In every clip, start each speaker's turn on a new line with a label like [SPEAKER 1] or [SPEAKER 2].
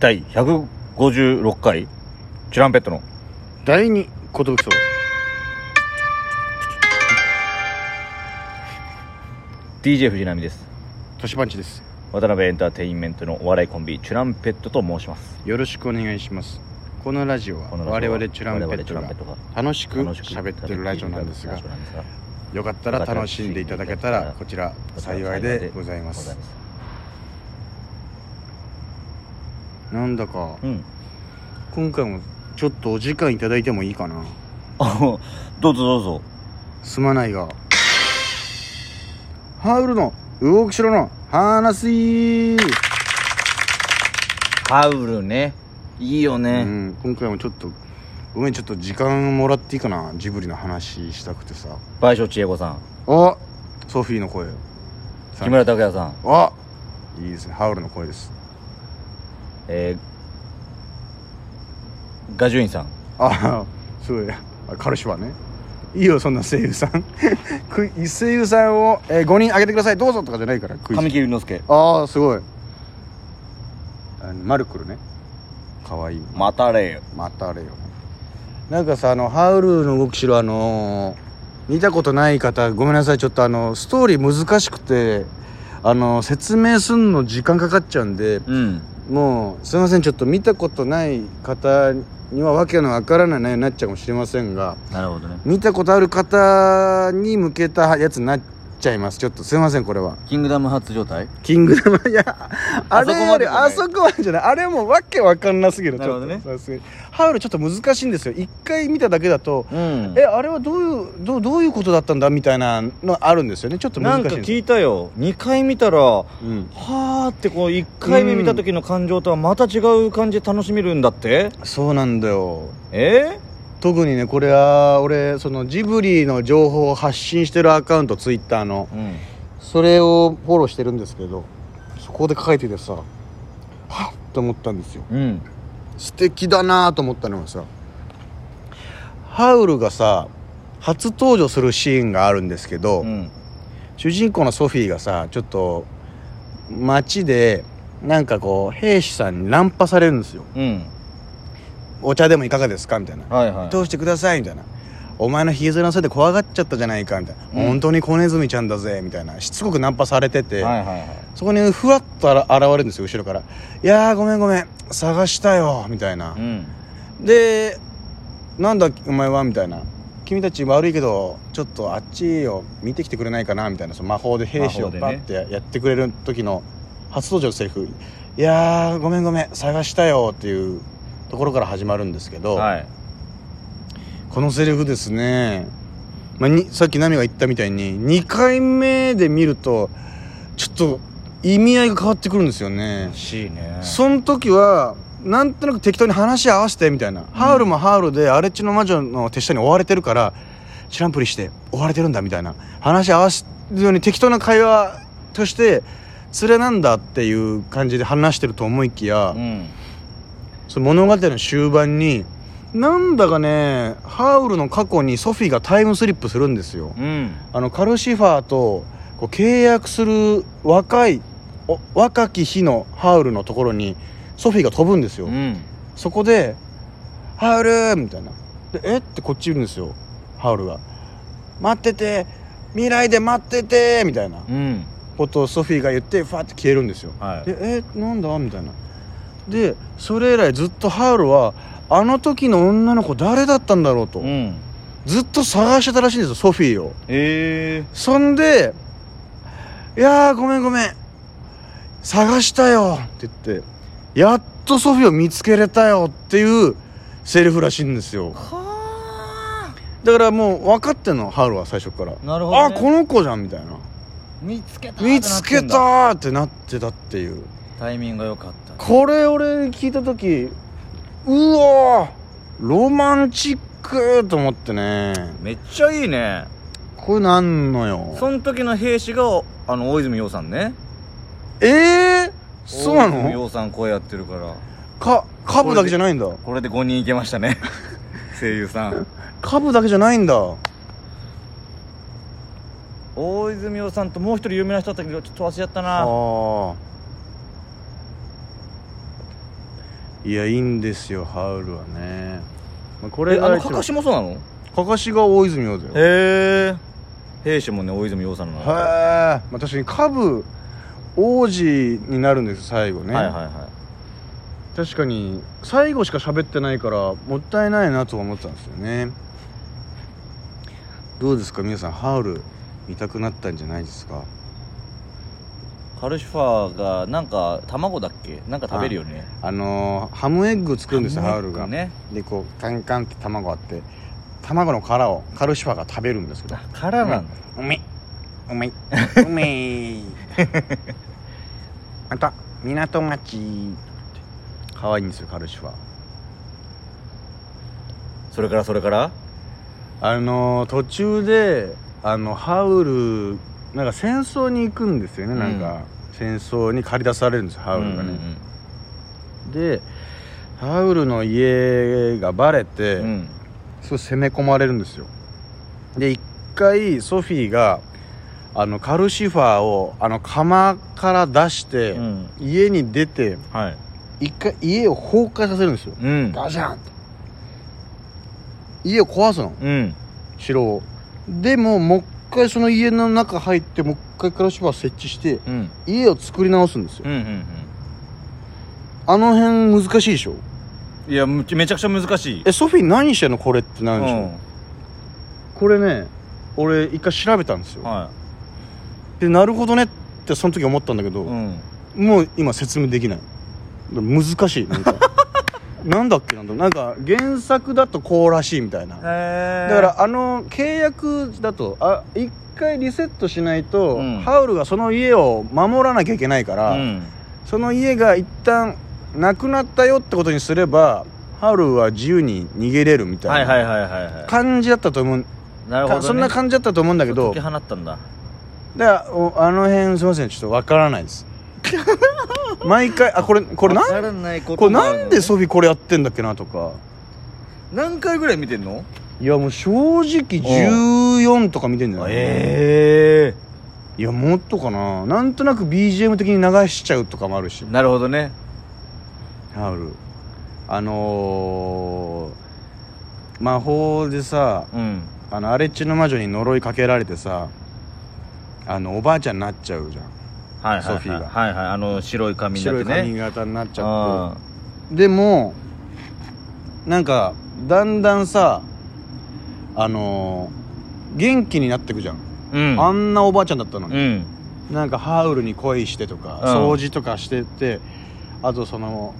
[SPEAKER 1] 第156回チュランペットの
[SPEAKER 2] 第二寿とぶ
[SPEAKER 1] DJ 藤波です
[SPEAKER 2] 年パンチです
[SPEAKER 1] 渡辺エンターテインメントのお笑いコンビチュランペットと申します
[SPEAKER 2] よろしくお願いしますこのラジオは
[SPEAKER 1] このラ
[SPEAKER 2] 我
[SPEAKER 1] ジオは
[SPEAKER 2] 々チュランペットが
[SPEAKER 1] 我々チュランペッ
[SPEAKER 2] 楽しく
[SPEAKER 1] トが楽しく
[SPEAKER 2] 喋ってるラジオなんですが
[SPEAKER 1] 喋ってるラジオなんですが
[SPEAKER 2] よかったら楽しんでいただけたらこちら幸いでございますなんだか
[SPEAKER 1] うん
[SPEAKER 2] 今回もちょっとお時間いただいてもいいかな
[SPEAKER 1] あ どうぞどうぞ
[SPEAKER 2] すまないがハウルの動く城の話、
[SPEAKER 1] ハウルねいいよ
[SPEAKER 2] う
[SPEAKER 1] ね、
[SPEAKER 2] ん、今回もちょっとごめんちょっと時間もらっていいかなジブリの話したくてさ
[SPEAKER 1] 倍賞千恵子さん
[SPEAKER 2] あソフィーの声さ
[SPEAKER 1] 木村拓哉さん、
[SPEAKER 2] あいいですねハウルの声です
[SPEAKER 1] えー、ガジュインさん
[SPEAKER 2] あすごいあカルシファーねいいよそんな声優さん く声優さんを、えー、5人あげてくださいどうぞとかじゃないからクイズ
[SPEAKER 1] 神木隆之介
[SPEAKER 2] ああすごいあのマルクルねかわいい
[SPEAKER 1] またれよ
[SPEAKER 2] またあれよなんかさあのハウルの動く城あのー見たことない方ごめんなさいちょっとあのストーリー難しくてあの説明すんの時間かかっちゃうんで
[SPEAKER 1] うん
[SPEAKER 2] もうすいませんちょっと見たことない方には訳のわからない内容になっちゃうかもしれませんが
[SPEAKER 1] なるほどね
[SPEAKER 2] 見たことある方に向けたやつになっちゃいますちょっとすいませんこれは
[SPEAKER 1] キングダム発状態
[SPEAKER 2] キングダムい やあれ
[SPEAKER 1] あそこま
[SPEAKER 2] よ
[SPEAKER 1] でじゃな
[SPEAKER 2] り
[SPEAKER 1] い
[SPEAKER 2] あそこまでじゃないあれもわけわかんなすぎるちょっと
[SPEAKER 1] なるほ
[SPEAKER 2] さすがにハウルちょっと難しいんですよ一回見ただけだと
[SPEAKER 1] うん
[SPEAKER 2] えあれはどういうどうどういうことだったんだみたいなのあるんですよねちょっと
[SPEAKER 1] な
[SPEAKER 2] 難
[SPEAKER 1] ん
[SPEAKER 2] しい
[SPEAKER 1] か
[SPEAKER 2] んです
[SPEAKER 1] 聞いたよ2回見たらは
[SPEAKER 2] うん、
[SPEAKER 1] ーってこう1回目見た時の感情とはまた違う感じで楽しめるんだって
[SPEAKER 2] そうなんだよ
[SPEAKER 1] え
[SPEAKER 2] 特にねこれは俺そのジブリの情報を発信してるアカウントツイッターの
[SPEAKER 1] うん
[SPEAKER 2] それをフォローしてるんですけどそこで書いててさはっと思ったんですよ
[SPEAKER 1] うん
[SPEAKER 2] 素敵だなと思ったのがさハウルがさ初登場するシーンがあるんですけど、
[SPEAKER 1] うん
[SPEAKER 2] 主人公のソフィーがさちょっと街でなんかこう兵士さんにナンパされるんですよ
[SPEAKER 1] うん
[SPEAKER 2] お茶でもいかがですかみたいな
[SPEAKER 1] はいはい
[SPEAKER 2] 通してくださいみたいなお前のひげ面のせいで怖がっちゃったじゃないかみたいな、
[SPEAKER 1] うん
[SPEAKER 2] 本当に小ネズミちゃんだぜみたいなしつこくナンパされてて、
[SPEAKER 1] はいはいはい
[SPEAKER 2] そこにふわっとあら現れるんですよ後ろから「いやーごめんごめん探したよ」みたいな
[SPEAKER 1] う、ん
[SPEAKER 2] で「なんだお前は」みたいな「君たち悪いけどちょっとあっちを見てきてくれないかな」みたいなその魔法で兵士
[SPEAKER 1] 魔
[SPEAKER 2] を
[SPEAKER 1] 法でね
[SPEAKER 2] バッてやってくれる時の初登場のセリフ「いやーごめんごめん探したよ」っていうところから始まるんですけど、
[SPEAKER 1] はい
[SPEAKER 2] このセリフですね、まあ、にさっきナミが言ったみたいに2回目で見るとちょっと意味合いが変わってくるんですよね。
[SPEAKER 1] しいね
[SPEAKER 2] その時はなんとなく適当に話し合わせてみたいな、ハウルもハウルで荒地の魔女の手下に追われてるから知らんぷりして追われてるんだみたいな話し合わせるように適当な会話として連れなんだっていう感じで話してると思いきや、
[SPEAKER 1] うん
[SPEAKER 2] その物語の終盤になんだかねハウルの過去にソフィーがタイムスリップするんですよ。
[SPEAKER 1] うん
[SPEAKER 2] あのカルシファーとこう契約する若いお若き日のハウルのところにソフィーが飛ぶんですよ、
[SPEAKER 1] うん
[SPEAKER 2] そこで「ハウル!」みたいなで「えっ?」てこっちいるんですよハウルが「待ってて未来で待ってて!」みたいな
[SPEAKER 1] うん
[SPEAKER 2] ことをソフィーが言ってファーって消えるんですよ
[SPEAKER 1] はい
[SPEAKER 2] で「えなんだ?」みたいなでそれ以来ずっとハウルはあの時の女の子誰だったんだろうと、
[SPEAKER 1] うん
[SPEAKER 2] ずっと探してたらしいんですよソフィーを
[SPEAKER 1] え
[SPEAKER 2] そんで「いやーごめんごめん探したよ」って言ってやっとソフィーを見つけれたよっていうセリフらしいんですよ
[SPEAKER 1] ーは
[SPEAKER 2] だからもう分かってんのハウルは最初から
[SPEAKER 1] あなる
[SPEAKER 2] 「
[SPEAKER 1] ほど
[SPEAKER 2] あ
[SPEAKER 1] ね
[SPEAKER 2] この子じゃん」みたいな
[SPEAKER 1] 見つけた
[SPEAKER 2] 「見つけた!」ってなってたっていう
[SPEAKER 1] タイミングが良かった
[SPEAKER 2] これ俺聞いた時うわーロマンチックと思ってね
[SPEAKER 1] めっちゃいいね
[SPEAKER 2] こういうのあんのよ
[SPEAKER 1] その時の兵士があの大泉洋さんね
[SPEAKER 2] えー、そうな
[SPEAKER 1] 大泉
[SPEAKER 2] の
[SPEAKER 1] 洋さん声やってるから
[SPEAKER 2] かカブだけじゃないんだ
[SPEAKER 1] これで5人いけま したね声優さん
[SPEAKER 2] カブだけじゃないんだ
[SPEAKER 1] 大泉洋さんともう一人有名な人だったけどちょっと忘れちゃった
[SPEAKER 2] あ
[SPEAKER 1] な
[SPEAKER 2] あいやいいんですよハウルはね、まあ、これ
[SPEAKER 1] えあ
[SPEAKER 2] が
[SPEAKER 1] の
[SPEAKER 2] 一
[SPEAKER 1] か
[SPEAKER 2] 番
[SPEAKER 1] かしもそうなの
[SPEAKER 2] かかしが大泉洋だよへ
[SPEAKER 1] へえ兵士もね大泉洋さんな
[SPEAKER 2] え、
[SPEAKER 1] の
[SPEAKER 2] まあ、確かにカブ王子になるんですよ最後ね、
[SPEAKER 1] はいはいは
[SPEAKER 2] 確かに最後しか喋ってないからもったいないなとは思ってたんですよねどうですか皆さんハウル見たくなったんじゃないですか
[SPEAKER 1] いカルシファーがなんか卵だっけなんか食べるよね
[SPEAKER 2] あのーハムエッグ作るんですよハウルが、
[SPEAKER 1] ね
[SPEAKER 2] でこうカンカンって卵あって卵の殻をカルシファーが食べるんですけど
[SPEAKER 1] からなんだ
[SPEAKER 2] うめいうめいうめ いまた港町可愛いんですよカルシファー
[SPEAKER 1] それからそれから
[SPEAKER 2] あのー途中であのハウルなんか戦争に行くんですよね、なんか戦争に駆り出されるんですよハウルがね、でハウルの家がバレて、
[SPEAKER 1] うんうんうん
[SPEAKER 2] すごい攻め込まれるんですよで一回ソフィーがあのカルシファーをあの釜から出して、
[SPEAKER 1] うんうん
[SPEAKER 2] 家に出て
[SPEAKER 1] はい
[SPEAKER 2] 一回家を崩壊させるんですよ
[SPEAKER 1] うん
[SPEAKER 2] ガシャンと家を壊すの
[SPEAKER 1] うん
[SPEAKER 2] 城をでももう一回その家の中入ってもう一回カルシファー設置して
[SPEAKER 1] うん
[SPEAKER 2] 家を作り直すんですよ、
[SPEAKER 1] うんうん
[SPEAKER 2] あの辺難しいでしょ
[SPEAKER 1] うんいやむめちゃくちゃ難しい
[SPEAKER 2] えソフィー何してんのこれってな
[SPEAKER 1] う
[SPEAKER 2] るでしょ、
[SPEAKER 1] ん
[SPEAKER 2] これね俺一回調べたんですよ、
[SPEAKER 1] は
[SPEAKER 2] でなるほどねってその時思ったんだけ
[SPEAKER 1] い
[SPEAKER 2] ど、
[SPEAKER 1] うん
[SPEAKER 2] もう今説明できない難しいな んかなんだっけなんだなんか原作だとこうらしいみたいなだ
[SPEAKER 1] だ
[SPEAKER 2] からあの契約だとあ一回リセットしないと、
[SPEAKER 1] うん
[SPEAKER 2] ハウルがその家を守らなきゃいけないから、
[SPEAKER 1] うん
[SPEAKER 2] その家が一旦なくなったよってことにすればハウルは自由に逃げれるみ
[SPEAKER 1] は
[SPEAKER 2] た
[SPEAKER 1] い
[SPEAKER 2] いな
[SPEAKER 1] はいはいはいは
[SPEAKER 2] 感じだったと思う、
[SPEAKER 1] いなるほど
[SPEAKER 2] か
[SPEAKER 1] ね
[SPEAKER 2] そんな感じだったと思うんだけど
[SPEAKER 1] 解き放ったんだ
[SPEAKER 2] だからおあの辺すいませんちょっとわからないです 毎回あこれこれ
[SPEAKER 1] わ
[SPEAKER 2] なん
[SPEAKER 1] からないこ
[SPEAKER 2] これ
[SPEAKER 1] ともあ
[SPEAKER 2] な
[SPEAKER 1] るのね
[SPEAKER 2] んでソフィーこれやってんだっけなとか
[SPEAKER 1] 何回ぐらい見てんの
[SPEAKER 2] いやもう正直14とか見てんじゃない
[SPEAKER 1] え
[SPEAKER 2] いやもっとかななんとなく BGM 的に流しちゃうとかもあるし
[SPEAKER 1] なるほどね
[SPEAKER 2] ハウルあのー魔法でさ
[SPEAKER 1] うん
[SPEAKER 2] あの荒れ地の魔女に呪いかけられてさあのおばあちゃんになっちゃうじゃん
[SPEAKER 1] はいはいはい
[SPEAKER 2] ソフィーが
[SPEAKER 1] はいはいあの白い髪になっ
[SPEAKER 2] 白
[SPEAKER 1] て
[SPEAKER 2] い
[SPEAKER 1] ね
[SPEAKER 2] 髪型になっちゃって
[SPEAKER 1] あ
[SPEAKER 2] でもなんかだんだんさあのー元気になってくじゃん、
[SPEAKER 1] ーうん
[SPEAKER 2] あんなおばあちゃんだったの
[SPEAKER 1] う
[SPEAKER 2] に、
[SPEAKER 1] ん
[SPEAKER 2] なんかハウルに恋してとか、
[SPEAKER 1] うん
[SPEAKER 2] 掃除とかしててあとその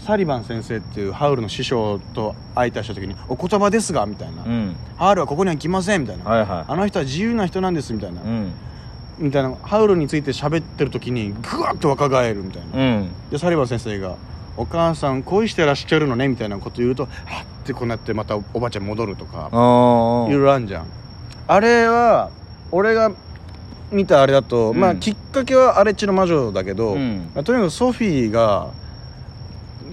[SPEAKER 2] サリバン先生っていうハウルの師匠と相対した時に「お言葉ですが」みたいな、
[SPEAKER 1] うん
[SPEAKER 2] ハウルはここには来ません」みたいな、
[SPEAKER 1] はいは
[SPEAKER 2] あの人は自由な人なんです」みたいな、
[SPEAKER 1] いうん
[SPEAKER 2] みたいなハウルについて喋ってる時にグワッと若返るみたいな、
[SPEAKER 1] うん
[SPEAKER 2] でサリバン先生が「お母さん恋してらっしゃるのね」みたいなこと言うと「はっ」てこうなってまたおばあちゃん戻るとか
[SPEAKER 1] あ
[SPEAKER 2] いろい
[SPEAKER 1] あ
[SPEAKER 2] ろあんじゃんあれは俺が見たあれだと、
[SPEAKER 1] うん
[SPEAKER 2] まあきっかけは「アレッチの魔女」だけど、
[SPEAKER 1] うん
[SPEAKER 2] まあとにかくソフィーが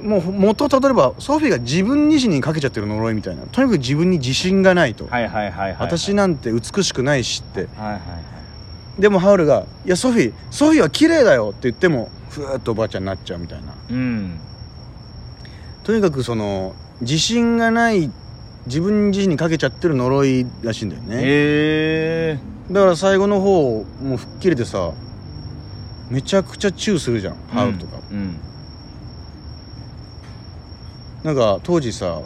[SPEAKER 2] もう元をたどればソフィーが自分自身にかけちゃってる呪いみたいなとにかく自分に自信がないと、
[SPEAKER 1] はいはいはいはい
[SPEAKER 2] 私
[SPEAKER 1] な
[SPEAKER 2] なんて美しくないしって
[SPEAKER 1] はいはいはい
[SPEAKER 2] でもハウルが「いやソフィーソフィーは綺麗だよ」って言ってもふーっとおばあちゃんになっちゃうみたいな
[SPEAKER 1] うん
[SPEAKER 2] とにかくその自信がない自分自身にかけちゃってる呪いらしいんだよね
[SPEAKER 1] ええ
[SPEAKER 2] だから最後の方もう吹っ切れてさめちゃくちゃチューするじゃんハウルとか、
[SPEAKER 1] うん
[SPEAKER 2] なんか当時さ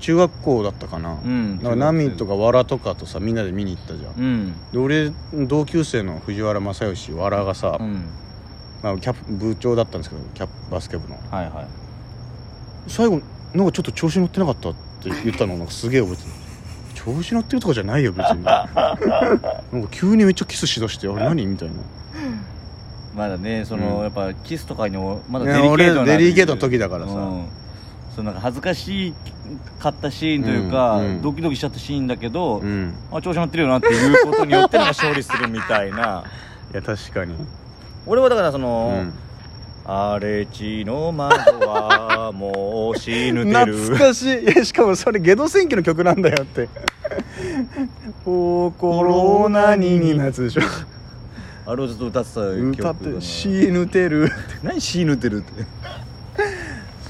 [SPEAKER 2] 中学校だったかな、
[SPEAKER 1] うん
[SPEAKER 2] なんかナミとかわらとかとさみんなで見に行ったじゃん、
[SPEAKER 1] うん
[SPEAKER 2] で俺同級生の藤原正義わらがさ、
[SPEAKER 1] うん
[SPEAKER 2] まあ、キャプ部長だったんですけどキャプバスケ部の
[SPEAKER 1] はいはい
[SPEAKER 2] 最後なんかちょっと調子乗ってなかったって言ったのなんかすげえ覚えてる調子乗ってるとかじゃないよ別 になんか急にめっちゃキスしだしてあれ何みたいな
[SPEAKER 1] まだねその、
[SPEAKER 2] うん
[SPEAKER 1] やっぱキスとかにもまだ
[SPEAKER 2] ね
[SPEAKER 1] デリケートな
[SPEAKER 2] 俺デリケートの時だからさ
[SPEAKER 1] うんそのなんか恥ずかしかったシーンというか、
[SPEAKER 2] うんうん
[SPEAKER 1] ドキドキしちゃったシーンだけど、
[SPEAKER 2] うん
[SPEAKER 1] あ調子乗ってるよなっていうことによってなんか勝利するみたい な
[SPEAKER 2] いや確かに
[SPEAKER 1] 俺はだからそうの
[SPEAKER 2] ん
[SPEAKER 1] 「荒、れ地の窓はもう死ぬてる」
[SPEAKER 2] 懐かしいいやしかもそれゲド戦記の曲なんだよって 「心何に」のやつでしょ
[SPEAKER 1] あれをずっと歌ってた曲だな
[SPEAKER 2] 歌って「死ぬてる
[SPEAKER 1] 何死ぬてるって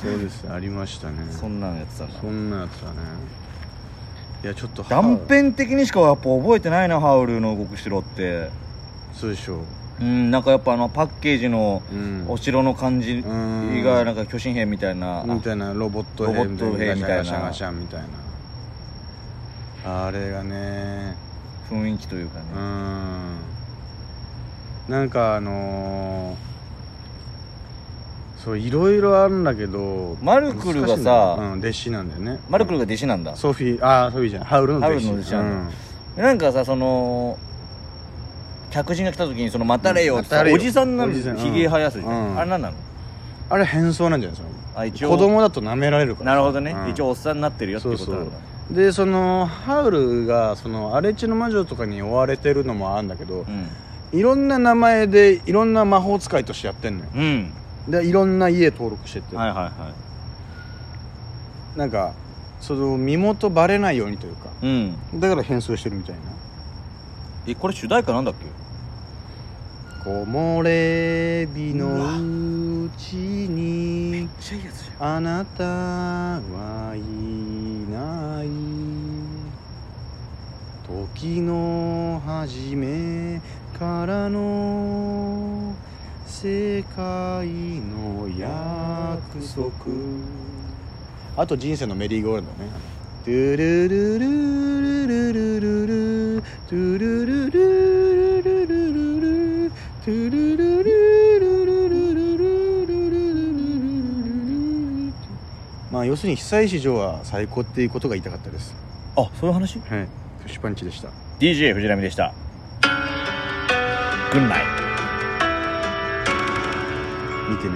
[SPEAKER 2] そうですありましたね
[SPEAKER 1] そんなのやってたんだ
[SPEAKER 2] そんなやつだねいやちょっとハウ
[SPEAKER 1] 断片的にしかやっぱ覚えてないなハウルの動く城って
[SPEAKER 2] そうでしょ
[SPEAKER 1] うんなんかやっぱあのパッケージの
[SPEAKER 2] う、うん、
[SPEAKER 1] お城の感じ
[SPEAKER 2] うん
[SPEAKER 1] がなんか巨神兵みたいな、
[SPEAKER 2] みたいなロボット兵
[SPEAKER 1] ロボット兵みたいな
[SPEAKER 2] ガシャガシャガシャみたいなあれがね
[SPEAKER 1] 雰囲気というかね
[SPEAKER 2] う、んなんかあのーそういろいろあるんだけど
[SPEAKER 1] マルクルがさ
[SPEAKER 2] 難しいんだようん、弟子なんだよね
[SPEAKER 1] マルクルが弟子なんだ、
[SPEAKER 2] ソフィーああソフィーじゃんハウルの
[SPEAKER 1] ハウ
[SPEAKER 2] 弟子
[SPEAKER 1] ルの弟子
[SPEAKER 2] う
[SPEAKER 1] なん
[SPEAKER 2] ん
[SPEAKER 1] なんかさその客人が来た時に「その待たれよ」ってさ、
[SPEAKER 2] うん待たれよ
[SPEAKER 1] おじさんな
[SPEAKER 2] おじさ
[SPEAKER 1] の
[SPEAKER 2] ん
[SPEAKER 1] ひげ生やすじゃん、
[SPEAKER 2] うん
[SPEAKER 1] あれなんなの
[SPEAKER 2] あれ変装なんじゃないです
[SPEAKER 1] あ一
[SPEAKER 2] か
[SPEAKER 1] 応
[SPEAKER 2] 子供だと舐められるから
[SPEAKER 1] なるほどね、
[SPEAKER 2] うん
[SPEAKER 1] 一応おっさんになってるよっていうことなんだ
[SPEAKER 2] そうでそのハウルがその荒地の魔女とかに追われてるのもあるんだけど、
[SPEAKER 1] うん
[SPEAKER 2] いろんな名前でいろんな魔法使いとしてやってんのよ
[SPEAKER 1] うん、
[SPEAKER 2] でいろんな家登録してて、
[SPEAKER 1] はいはいは
[SPEAKER 2] なんかその身元バレないようにというか
[SPEAKER 1] いうん
[SPEAKER 2] だから変装してるみたいな
[SPEAKER 1] えこれ主題歌なんだっけ
[SPEAKER 2] 「木漏れ日のうちに
[SPEAKER 1] ちゃいいやつじ
[SPEAKER 2] あなたはいない」「時の初めからの世界の約束」あと人生のメリーゴールドね。トゥルルルルルルルルトゥルルルルルルルルトゥルルルルルルルルルルルまあ要するに久石譲は最高っていうことが言いたかったです。
[SPEAKER 1] ゃんあそういう話
[SPEAKER 2] はい。プッシュパンチでした。
[SPEAKER 1] DJ 藤波でしたグンナイ
[SPEAKER 2] 見てね。